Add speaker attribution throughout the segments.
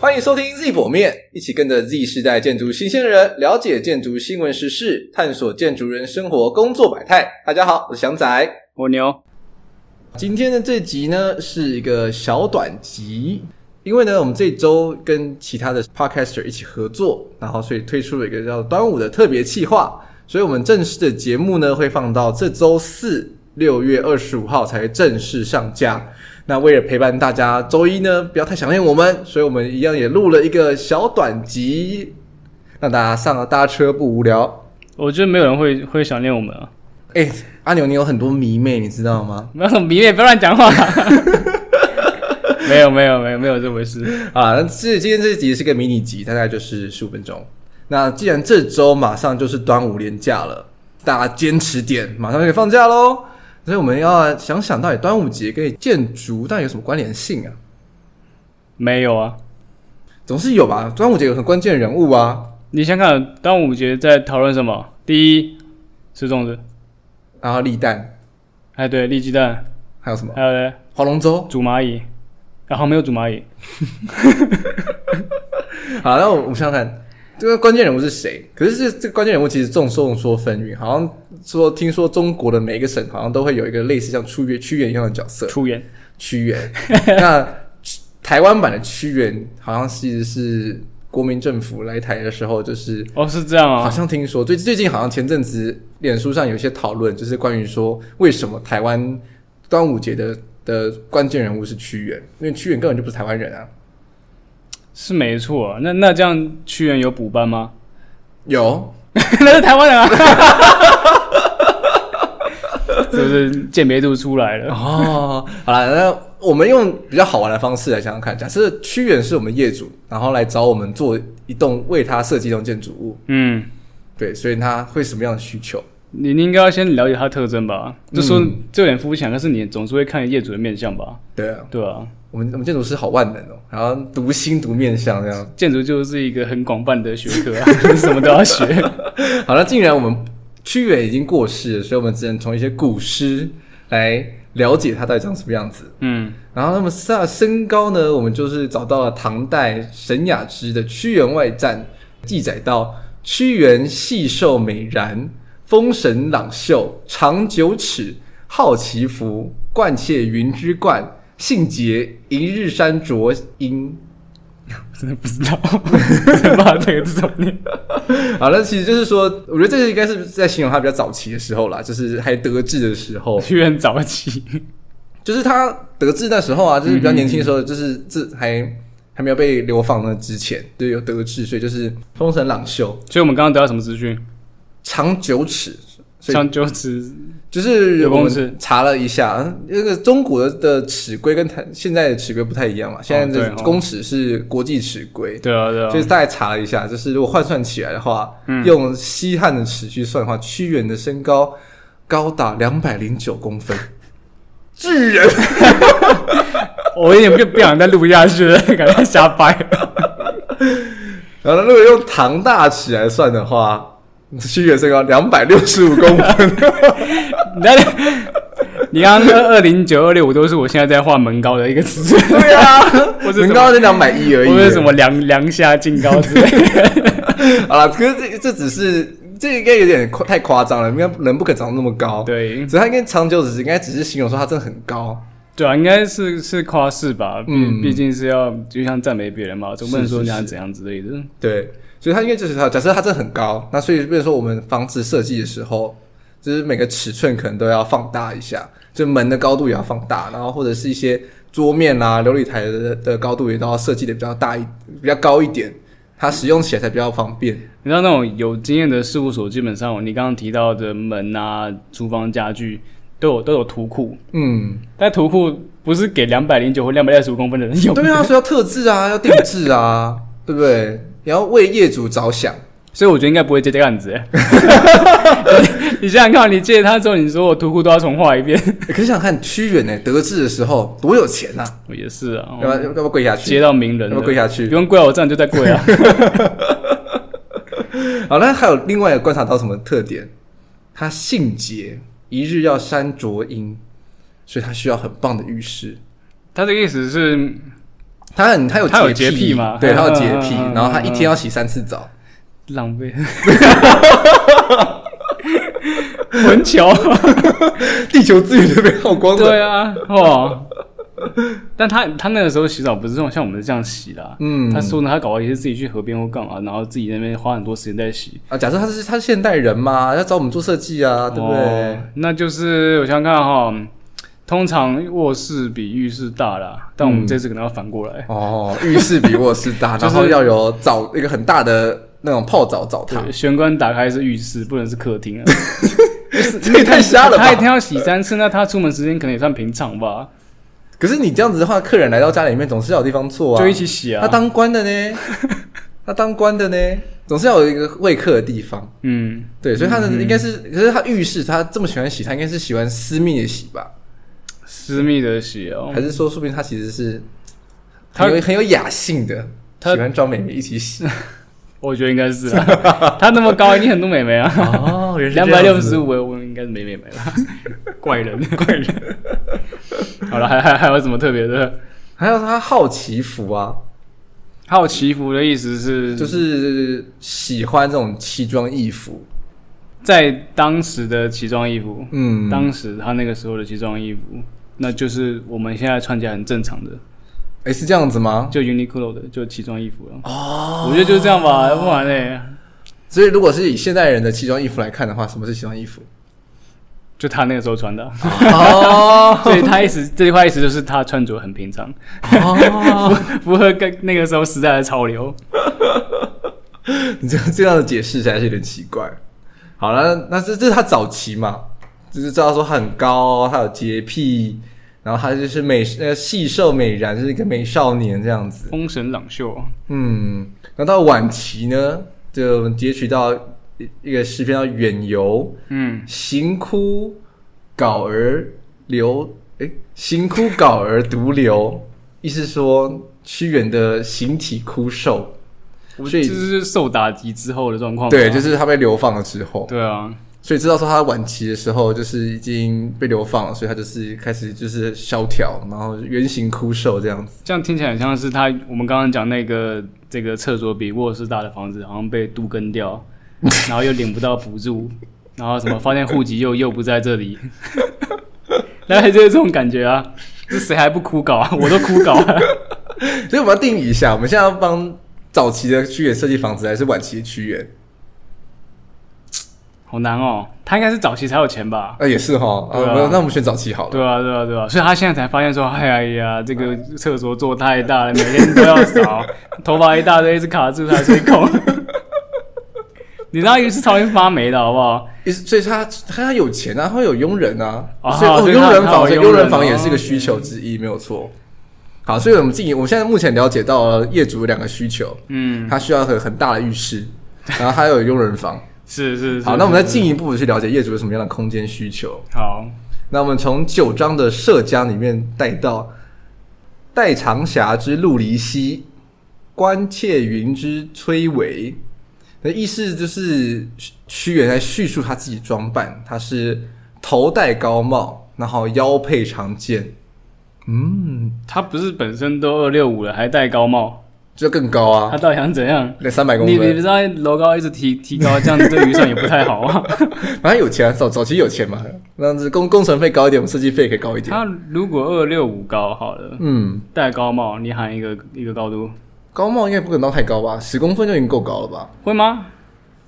Speaker 1: 欢迎收听 Z 薄面，一起跟着 Z 世代建筑新鲜人了解建筑新闻时事，探索建筑人生活工作百态。大家好，我是翔仔。
Speaker 2: 我牛，
Speaker 1: 今天的这集呢是一个小短集，因为呢我们这周跟其他的 podcaster 一起合作，然后所以推出了一个叫端午的特别企划，所以我们正式的节目呢会放到这周四六月二十五号才正式上架。那为了陪伴大家，周一呢不要太想念我们，所以我们一样也录了一个小短集，让大家上了大车不无聊。
Speaker 2: 我觉得没有人会会想念我们啊。
Speaker 1: 哎、阿牛，你有很多迷妹，你知道吗？
Speaker 2: 没有迷妹，不要乱讲话。 没有没有没有没有这回事。
Speaker 1: 啊，那这今天这集是个迷你集，大概就是十五分钟。那既然这周马上就是端午连假了，大家坚持点，马上就可以放假喽。所以我们要想想到底端午节跟建筑到底有什么关联性啊？
Speaker 2: 没有啊。
Speaker 1: 总是有吧？端午节有很关键人物啊，
Speaker 2: 你想看端午节在讨论什么？第一，吃粽子。
Speaker 1: 然后立蛋，
Speaker 2: 哎，对，立鸡蛋，
Speaker 1: 还有什么
Speaker 2: 还有嘞，
Speaker 1: 划龙舟。
Speaker 2: 煮蚂蚁。然、后没有煮蚂蚁，
Speaker 1: 好，那我我们想想看，这个关键人物是谁？可是这这个关键人物其实众众说纷纭，好像说听说中国的每一个省好像都会有一个类似像屈原屈原一样的角色。
Speaker 2: 出演
Speaker 1: 屈原。 那台湾版的屈原好像其实是国民政府来台的时候，就是
Speaker 2: 哦，是这样
Speaker 1: 好
Speaker 2: 啊。
Speaker 1: 像听说最最近好像前阵子脸书上有一些讨论，就是关于说为什么台湾端午节的的关键人物是屈原，因为屈原根本就不是台湾人啊。
Speaker 2: 是没错啊、那那这样屈原有补班吗？
Speaker 1: 有
Speaker 2: 那是台湾人啊， 是不是鉴别度出来了？
Speaker 1: 哦， 好了，那我们用比较好玩的方式来想想看，假设屈原是我们业主，然后来找我们做一栋为他设计一栋建筑物，
Speaker 2: 嗯，
Speaker 1: 对，所以他会什么样的需求？
Speaker 2: 你你应该要先了解它的特征吧，就说这有点肤浅，但是你总是会看业主的面相吧，
Speaker 1: 对啊，
Speaker 2: 对啊，
Speaker 1: 我们我们建筑师好万能哦，然后读心读面相这样。
Speaker 2: 建筑就是一个很广泛的学科、啊， 什么都要学。
Speaker 1: 好了，既然我们屈原已经过世了，所以我们只能从一些古诗来了解他到底长什么样子。
Speaker 2: 嗯，
Speaker 1: 然后那么他身高呢，我们就是找到了唐代沈雅之的《屈原外传》，记载到屈原细瘦美髯，风神朗秀，长九尺，好其服，冠窃云之冠，性洁，一日山卓英。
Speaker 2: 真的不知 道，不道这个字怎么念。
Speaker 1: 好了，那其实就是说，我觉得这个应该是在形容他比较早期的时候啦，就是还得志的时候，
Speaker 2: 屈原早期，
Speaker 1: 就是他得志那时候啊，
Speaker 2: 嗯
Speaker 1: 就是比较年轻的时候，就是这还还没有被流放那之前，就有得志，所以就是风神朗秀，
Speaker 2: 所以我们刚刚得到什么资讯？
Speaker 1: 长九尺。所以
Speaker 2: 像九尺，
Speaker 1: 就是我
Speaker 2: 有公尺
Speaker 1: 们查了一下，嗯那个中国的尺规跟台现在的尺规不太一样嘛，现在
Speaker 2: 对
Speaker 1: 的
Speaker 2: 哦
Speaker 1: 公尺是国际尺规，
Speaker 2: 对啊对啊
Speaker 1: 所以，大概查了一下，就是如果换算起来的话，
Speaker 2: 嗯
Speaker 1: 用西汉的尺去算的话，屈原的身高高达两百零九公分，巨人。
Speaker 2: 我有点不不想再录下去了， 感觉瞎掰了。
Speaker 1: 然后如果用唐大尺来算的话，屈原身高两百六十五公 分，
Speaker 2: 你那里，你刚刚二零九二六五都是我现在在画门高的一个词，
Speaker 1: 对啊，
Speaker 2: 我是什么
Speaker 1: 身高是两百一而已。
Speaker 2: 或者什么梁梁下进高之类 的。
Speaker 1: 好了，可是这这只是这应该有点夸太夸张了，应该人不可能长那么高。，
Speaker 2: 对，
Speaker 1: 所以他应该长久只是应该只是形容说他真的很高。
Speaker 2: 对啊，应该是是夸饰吧，毕、
Speaker 1: 嗯
Speaker 2: 毕竟是要就像赞美别人嘛，总不能
Speaker 1: 是是
Speaker 2: 说人家
Speaker 1: 是
Speaker 2: 怎样之类的。
Speaker 1: 对，所以它应该就是它，假设它真的很高，那所以比如说我们房子设计的时候，就是每个尺寸可能都要放大一下，就门的高度也要放大，然后或者是一些桌面啊、琉璃台的的高度也都要设计的比较大一、比较高一点，它使用起来才比较方便。
Speaker 2: 你知道那种有经验的事务所，基本上你刚刚提到的门啊、厨房家具都有都有图库，
Speaker 1: 嗯，
Speaker 2: 但图库不是给两百零九或两百二十五公分的人用。
Speaker 1: 对啊，所以要特制啊，要定制啊，对不对？也要为业主着想。
Speaker 2: 所以我觉得应该不会接这个 案子。欸你想想看，你借他之后，你说我图库都要重画一遍，
Speaker 1: 欸可是想看屈原呢、得志的时候多有钱呐、
Speaker 2: 也是啊，
Speaker 1: 要不要要不要跪下去
Speaker 2: 接？到名人
Speaker 1: 要不
Speaker 2: 了
Speaker 1: 要跪下去
Speaker 2: 不？用跪啊，我这样就在跪啊。
Speaker 1: 好，那还有另外一个观察到什么特点？他性洁，一日要山卓英，所以他需要很棒的浴室。
Speaker 2: 他的意思是，
Speaker 1: 他很他有
Speaker 2: 他有洁
Speaker 1: 癖
Speaker 2: 癖吗
Speaker 1: 对，
Speaker 2: 嗯
Speaker 1: 他有洁
Speaker 2: 嗯
Speaker 1: 癖
Speaker 2: 嗯，
Speaker 1: 然后他一天要洗三次澡。
Speaker 2: 浪 费，混球，
Speaker 1: 地球资源都被耗光了。
Speaker 2: 对啊，哦。但他他那个时候洗澡不是这种像我们这样洗啦，
Speaker 1: 嗯
Speaker 2: 他说呢，他搞完也是自己去河边或干嘛，然后自己那边花很多时间在洗，
Speaker 1: 啊，假设他是他是现代人嘛，要找我们做设计啊，对不对
Speaker 2: 哦？那就是我想想看哈、通常卧室比浴室大啦，但我们这次可能要反过来，
Speaker 1: 哦，浴室比卧室大，
Speaker 2: 就是
Speaker 1: 然后要有澡一个很大的那种泡澡澡堂
Speaker 2: 对，，玄关打开是浴室，不能是客厅啊。
Speaker 1: 这也 太瞎了
Speaker 2: 他一
Speaker 1: 吧
Speaker 2: 天！要洗三次，那他出门时间可能也算平常吧，
Speaker 1: 可是你这样子的话，客人来到家里面总是要有地方坐啊，
Speaker 2: 就一起洗啊。
Speaker 1: 他当官的 呢，他当官的呢，总是要有一个喂客的地方。
Speaker 2: 嗯，
Speaker 1: 对，所以他的应该是，可是他浴室他这么喜欢洗，他应该是喜欢私密的洗吧？
Speaker 2: 私密的洗哦
Speaker 1: 还，是说，说不定他其实是
Speaker 2: 他
Speaker 1: 很有很有雅兴的，
Speaker 2: 他
Speaker 1: 喜欢装美眉一起 洗。
Speaker 2: 我觉得应该是、 啊。他那么高，一定很多美眉啊。
Speaker 1: 哦，原
Speaker 2: 两百六十五，我应该是没美眉 吧？怪人，怪人。 好了，还还还有什么特别的？
Speaker 1: 还有他好奇服啊，
Speaker 2: 还有祈福的意思是，
Speaker 1: 就是喜欢这种奇装异服。
Speaker 2: 在当时的奇装异服，
Speaker 1: 嗯，
Speaker 2: 当时他那个时候的奇装异服，那就是我们现在穿起来很正常的，
Speaker 1: 哎是这样子吗？
Speaker 2: 就 Uniqlo 的，就奇装异服了。
Speaker 1: 哦，
Speaker 2: 我觉得就是这样吧，要不然呢，
Speaker 1: 所以如果是以现代人的奇装异服来看的话，什么是奇装 异服？
Speaker 2: 就他那个时候穿的，啊
Speaker 1: 哦
Speaker 2: 所以他意思这句话意思就是他穿着很平常，
Speaker 1: 哦，
Speaker 2: 符合跟那个时候时代的潮流。
Speaker 1: 你这这样的解释实在是有点奇怪。好了，那这这是他早期嘛，就是知道说他很高，哦他有洁癖，然后他就是美呃细瘦美然，是一个美少年这样子。
Speaker 2: 风神朗秀，
Speaker 1: 嗯，那到晚期呢，就我们截取到一一个诗篇叫《远游》，
Speaker 2: 嗯，
Speaker 1: 行枯槁而流，诶，行枯槁而独流，意思说屈原的形体枯瘦，
Speaker 2: 我
Speaker 1: 所
Speaker 2: 这
Speaker 1: 以
Speaker 2: 嗯是受打击之后的状况吧。啊
Speaker 1: 对，就是他被流放了之后，
Speaker 2: 对啊，
Speaker 1: 所以知道说他晚期的时候就是已经被流放了，所以他就是开始就是萧条，然后原形枯瘦这样子。
Speaker 2: 这样听起来很像是他我们刚刚讲那个这个厕所比卧室大的房子好像被杜根 掉，然后又领不到补助，然后什么发现户籍又又不在这里， 大概就是这种感觉啊。这谁还不哭搞啊？我都哭搞啊！
Speaker 1: 所以我们要定义一下，我们现在要帮早期的屈原设计房子，还是晚期的屈原？
Speaker 2: 好难哦。他应该是早期才有钱吧？
Speaker 1: 啊，也是哈，啊，
Speaker 2: 对啊
Speaker 1: 那那我们选早期好了。
Speaker 2: 对啊，对啊，对啊，所以他现在才发现说，哎呀，这个厕所做太大了，每天都要扫，头发一大堆，一直卡住他吹口。你知道鱼是超容易发霉的好不好？
Speaker 1: 也是所以他他有钱啊，他会有佣人啊，
Speaker 2: 哦
Speaker 1: 所以
Speaker 2: 所以他
Speaker 1: 佣人房，
Speaker 2: 他
Speaker 1: 所以
Speaker 2: 有佣人
Speaker 1: 佣人房
Speaker 2: 哦
Speaker 1: 也是一个需求之一，没有错。好，所以我们进，我们现在目前了解到了业主有两个需求，
Speaker 2: 嗯，
Speaker 1: 他需要很很大的浴室，然后还有佣人房。
Speaker 2: 是是是。
Speaker 1: 好，那我们再进一步的去了解业主有什么样的空间需求。
Speaker 2: 好，
Speaker 1: 那我们从九章的涉江里面带到代长峡之陆离溪，关切云之崔嵬。那意思就是屈原在叙述他自己装扮，他是头戴高帽，然后腰佩长剑，嗯，
Speaker 2: 他不是本身都二六五了，还戴高帽，
Speaker 1: 这更高
Speaker 2: 他
Speaker 1: 啊，
Speaker 2: 到底想怎样？
Speaker 1: 那三百公
Speaker 2: 你你不
Speaker 1: 分。
Speaker 2: 知道楼高一直提提高，这样子对鱼上也不太好 啊。
Speaker 1: 反正有钱啊，早早期有钱嘛，那样子工工程费高一点，我们设计费也可以高一点。
Speaker 2: 他如果二六五高好了，
Speaker 1: 嗯，
Speaker 2: 戴高帽，你喊一个一个高度，
Speaker 1: 高帽应该不可能到太高吧，十公分就已经够高了吧？
Speaker 2: 会吗？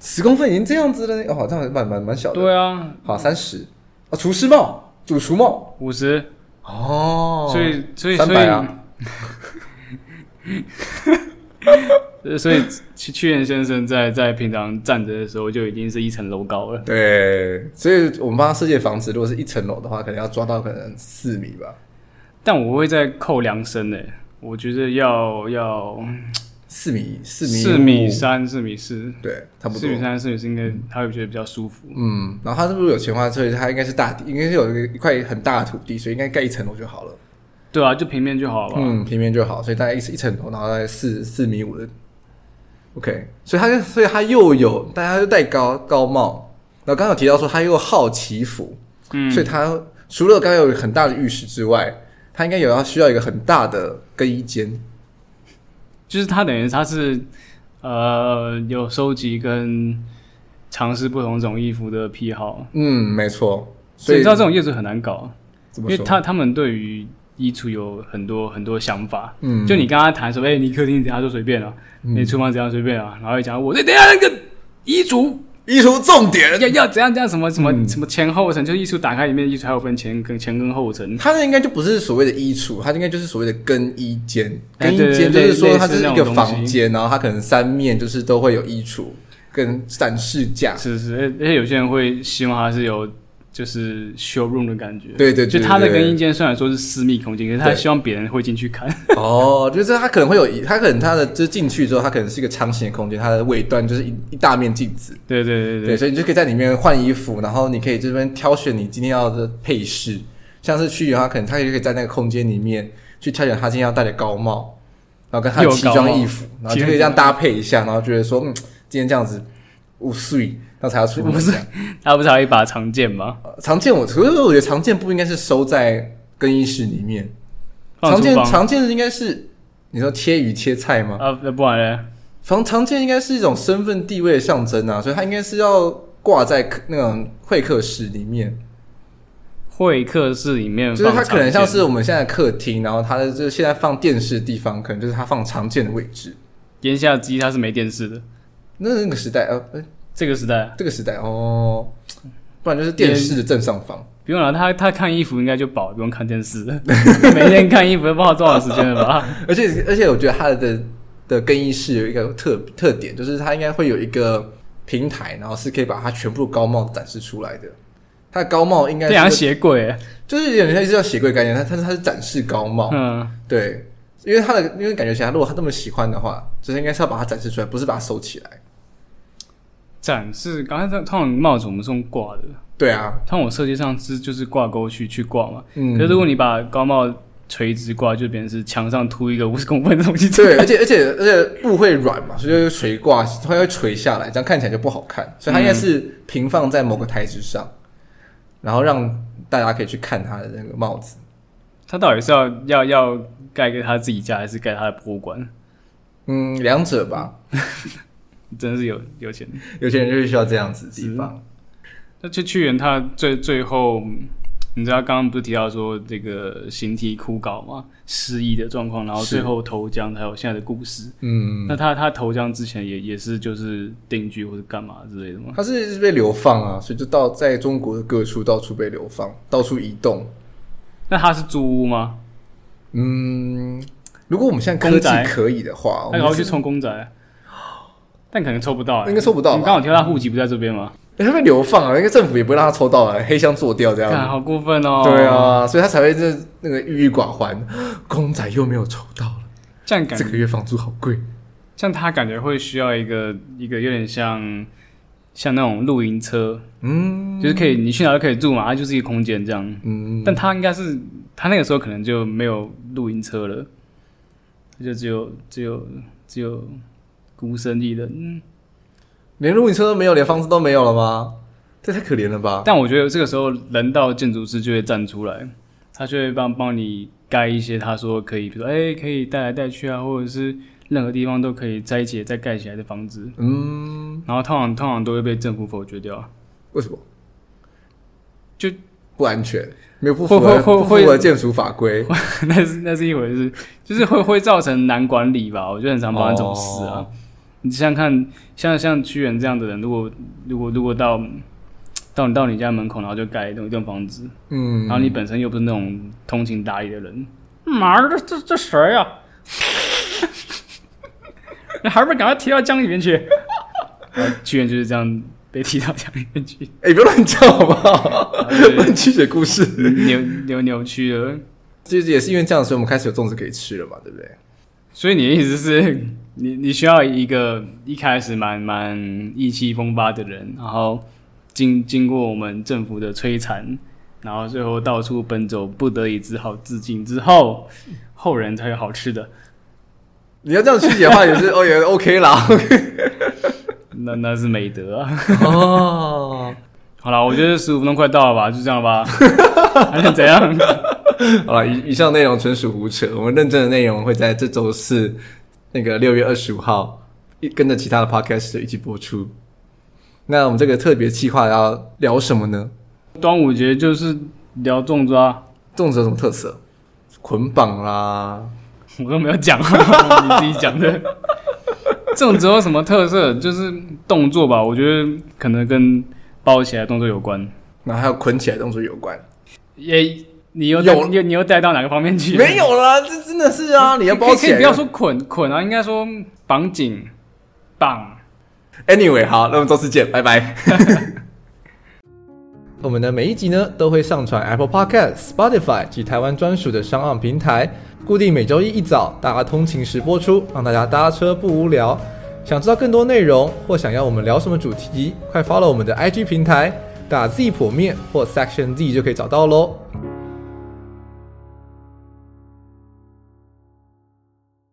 Speaker 1: 十公分已经这样子了，哦，这样蛮蛮蛮小的。
Speaker 2: 对啊，
Speaker 1: 好，三十啊，厨师帽，主厨帽
Speaker 2: 五十。
Speaker 1: 哦
Speaker 2: 所以所以
Speaker 1: 三
Speaker 2: 所
Speaker 1: 百啊
Speaker 2: 以，呃所以 屈屈原先生在在平常站着的时候就已经是一层楼高了。
Speaker 1: 对，所以我们帮他设计的房子，如果是一层楼的话，可能要抓到可能四米吧，
Speaker 2: 但我会再扣量身呢、我觉得要要
Speaker 1: 四米四米
Speaker 2: 四米
Speaker 1: 五
Speaker 2: 三、四米四、
Speaker 1: 对，差不
Speaker 2: 四
Speaker 1: 多
Speaker 2: 米。三、四米四，应该他会觉得比较舒服。
Speaker 1: 嗯，然后他是不是有钱的话，所以他应该是大地，应该是有一个一块很大的土地，所以应该盖一层楼就好了。
Speaker 2: 对啊，就平面就好了吧。
Speaker 1: 嗯，平面就好，所以大概一一层楼，然后大概四四米五的。OK，所以他就所以他又有，但他又戴高高帽，然后刚刚有提到说他又好奇服，
Speaker 2: 嗯
Speaker 1: 所以他除了刚刚有很大的浴室之外，他应该有要需要一个很大的更衣间，
Speaker 2: 就是他等于他是呃有收集跟尝试不同种衣服的癖好，
Speaker 1: 嗯，没错。
Speaker 2: 所
Speaker 1: 所
Speaker 2: 以
Speaker 1: 以
Speaker 2: 你知道这种业主很难搞，
Speaker 1: 怎么
Speaker 2: 因为
Speaker 1: 说？
Speaker 2: 他他们对于衣橱有很多很多想法。
Speaker 1: 嗯
Speaker 2: 就你跟他谈说，哎、你客厅怎样就随便啊，你厨房怎样随便啊，然后一讲我这等一下那个衣橱
Speaker 1: 衣橱重点，
Speaker 2: 要要怎样怎样什么什么、
Speaker 1: 嗯
Speaker 2: 什么前后层，就是衣橱打开里面的衣橱还有分前跟前跟后层。
Speaker 1: 它那应该就不是所谓的衣橱，它应该就是所谓的更衣间。
Speaker 2: 哎
Speaker 1: 更衣
Speaker 2: 对
Speaker 1: 间就
Speaker 2: 对
Speaker 1: 是说
Speaker 2: 类
Speaker 1: 它就是
Speaker 2: 类似
Speaker 1: 一
Speaker 2: 那
Speaker 1: 个
Speaker 2: 种
Speaker 1: 房
Speaker 2: 东西
Speaker 1: 间，然后它可能三面就是都会有衣橱跟展示架。
Speaker 2: 是是，而而且有些人会希望它是有就是 showroom 的感觉。
Speaker 1: 对对对
Speaker 2: 就他的
Speaker 1: 对对
Speaker 2: 更衣间虽然说是私密空间，可是他
Speaker 1: 对
Speaker 2: 希望别人会进去看。
Speaker 1: 哦，就是它可能会有一，它可能它的就是进去之后，它可能是一个长形的空间，它的尾端就是一一大面镜子。
Speaker 2: 对对对
Speaker 1: 对，
Speaker 2: 对，
Speaker 1: 所以你就可以在里面换衣服，然后你可以这边挑选你今天要的配饰，像是去的话，可能他也可以在那个空间里面去挑选他今天要戴的高帽，然后跟他的
Speaker 2: 又有
Speaker 1: 奇
Speaker 2: 高
Speaker 1: 装
Speaker 2: 帽
Speaker 1: 异服，然后
Speaker 2: 奇
Speaker 1: 就
Speaker 2: 装
Speaker 1: 可以这样搭配一下，然后觉得说，嗯，今天这样子五岁，然后才要 出门。不是
Speaker 2: 他不是还有一把长剑吗？
Speaker 1: 常见我，可是我觉得常见不应该是收在更衣室里面，
Speaker 2: 放
Speaker 1: 常
Speaker 2: 厨
Speaker 1: 见
Speaker 2: 房
Speaker 1: 常见的应该是你说切鱼切菜吗？
Speaker 2: 啊，那不然嘞？
Speaker 1: 常常见应该是一种身份地位的象征啊，所以它应该是要挂在客那种会客室里面。
Speaker 2: 会客室里面
Speaker 1: 就是它可
Speaker 2: 放
Speaker 1: 能像
Speaker 2: 长
Speaker 1: 是我们现在的客厅，然后它的就是现在放电视的地方，可能就是它放常见的位置。
Speaker 2: 剑烟下机，它是没电视的。
Speaker 1: 那那个时代，呃，呃
Speaker 2: 这个时代
Speaker 1: 这个时代哦，不然就是电视的正上方。
Speaker 2: 不用了，他他看衣服应该就饱，不用看 电视了。每天看衣服都不知道多少时间了吧？
Speaker 1: 而且而且，我觉得它的的更衣室有一个特特点，就是它应该会有一个平台，然后是可以把它全部高帽展示出来的。啊它的高帽应该
Speaker 2: 这像
Speaker 1: 是
Speaker 2: 鞋柜，
Speaker 1: 就是有点像是叫鞋柜概念，它但是它是展示高帽，
Speaker 2: 嗯，
Speaker 1: 对，因为它的因为感觉起来，如果他那么喜欢的话，就是应该是要把它展示出来，不是把它收起来。
Speaker 2: 展示。刚才通常帽子我们是用挂的，
Speaker 1: 对啊，
Speaker 2: 通常我设计上是就是挂钩去去挂嘛。
Speaker 1: 嗯
Speaker 2: 可是如果你把高帽垂直挂，就变成是墙上凸一个五十公分的东西。
Speaker 1: 对，而且 而且而且布会软嘛，所以就会垂挂，它会垂下来，这样看起来就不好看。所以它应该是平放在某个台子上，然后让大家可以去看它的那个帽子。
Speaker 2: 他到底是要要要盖给他自己家，还是盖他的博物馆？
Speaker 1: 嗯，两者吧，
Speaker 2: 真的是有有钱。
Speaker 1: 有些人就是需要这样子的地方。
Speaker 2: 那去去年他最最后，嗯你知道刚刚不是提到说这个形体枯槁嘛，失忆的状况，然后
Speaker 1: 是
Speaker 2: 最后投江，还有现在的故事。
Speaker 1: 嗯，
Speaker 2: 那他他投江之前也也是就是定居或者干嘛之类的吗？
Speaker 1: 它是是被流放啊，所以就到在中国的各处到处被流放，到处移动。
Speaker 2: 那他是租屋吗？
Speaker 1: 嗯，如果我们现在科
Speaker 2: 公
Speaker 1: 技
Speaker 2: 宅
Speaker 1: 可以的话，我
Speaker 2: 他
Speaker 1: 们
Speaker 2: 然后去
Speaker 1: 是
Speaker 2: 抽公仔，啊但可能抽不到、欸，
Speaker 1: 应该抽不到吧
Speaker 2: 你刚好提到他户籍不在这边吗？
Speaker 1: 欸他被流放啊，那个政府也不会让他抽到啊，黑箱做掉这样子
Speaker 2: 看，。好过分哦！
Speaker 1: 对，啊，所以他才会这那个郁郁寡欢，公仔又没有抽到了，
Speaker 2: 这样感
Speaker 1: 这个月房租好贵。
Speaker 2: 像他感觉会需要一个一个有点像像那种露营车，
Speaker 1: 嗯
Speaker 2: 就是可以你去哪都可以住嘛，它啊就是一个空间这样。
Speaker 1: 嗯，
Speaker 2: 但他应该是他那个时候可能就没有露营车了，他就只有只有只有孤身一人。嗯
Speaker 1: 连露营车都没有，连房子都没有了吗？这太可怜了吧！
Speaker 2: 但我觉得这个时候人道建筑师就会站出来，他就会帮帮你盖一些他说可以，比如说哎、可以带来带去啊，或者是任何地方都可以拆解再盖起来的房子，
Speaker 1: 嗯，
Speaker 2: 然后通常通常都会被政府否决掉。
Speaker 1: 为什么
Speaker 2: 就
Speaker 1: 不安全？没有不符
Speaker 2: 会
Speaker 1: 合
Speaker 2: 会
Speaker 1: 不符
Speaker 2: 会
Speaker 1: 合建筑法规，
Speaker 2: 那是那是一回事，就是会会造成难管理吧。我觉得很常发生这种事啊。
Speaker 1: 哦
Speaker 2: 你想想看，像像屈原这样的人，如果如果如果到到你到你家门口，然后就盖一栋一栋房子，
Speaker 1: 嗯
Speaker 2: 然，后你本身又不是那种通情达理的人，妈儿这这这谁呀、啊？ 你还不赶快踢到江里面 去？然后屈原就是这样被踢到江里面去，
Speaker 1: 哎，不要乱叫好不好？
Speaker 2: 对
Speaker 1: 乱曲解故事，
Speaker 2: 扭扭扭曲了。
Speaker 1: 其实也是因为这样，所以我们开始有粽子可以吃了嘛，对不对？
Speaker 2: 所以你的意思是，你你需要一个一开始蛮蛮意气风发的人，然后经经过我们政府的摧残，然后最后到处奔走，不得已只好自尽之后，后人才有好吃的。
Speaker 1: 你要这样曲解的话，也是哦，也 OK 啦。
Speaker 2: 那那是美德啊！
Speaker 1: 哦，
Speaker 2: 好了，我觉得十五分钟快到了吧，就这样吧， 还能怎样？
Speaker 1: 好了，以以上内容纯属胡扯，我们认真的内容会在这周四那个六月二十五号一跟着其他的 podcast 一起播出。那我们这个特别计划要聊什么呢？
Speaker 2: 端午节就是聊粽子啊，
Speaker 1: 粽子有什么特色？捆绑啦，
Speaker 2: 我都没有讲，你自己 讲的。粽子有什么特色？就是动作吧，我觉得可能跟包起来动作有关。
Speaker 1: 然后还有捆起来动作有关。
Speaker 2: 也，你又
Speaker 1: 有
Speaker 2: 带你又你又带到哪个方面去？
Speaker 1: 没有啦，这真的是啊，你要
Speaker 2: 可
Speaker 1: 包
Speaker 2: 以可
Speaker 1: 起
Speaker 2: 以
Speaker 1: 来。
Speaker 2: 不要说捆捆啊，应该说绑紧绑。
Speaker 1: Anyway，好，那我们周四见，拜拜。 我们的每一集呢都会上传 Apple Podcast、Spotify 及台湾专属的商岸平台，固定每周一一早大家通勤时播出，让大家搭车不无聊。想知道更多内容或想要我们聊什么主题，快 follow 我们的 IG 平台，打 Z 破面或 Section Z 就可以找到喽。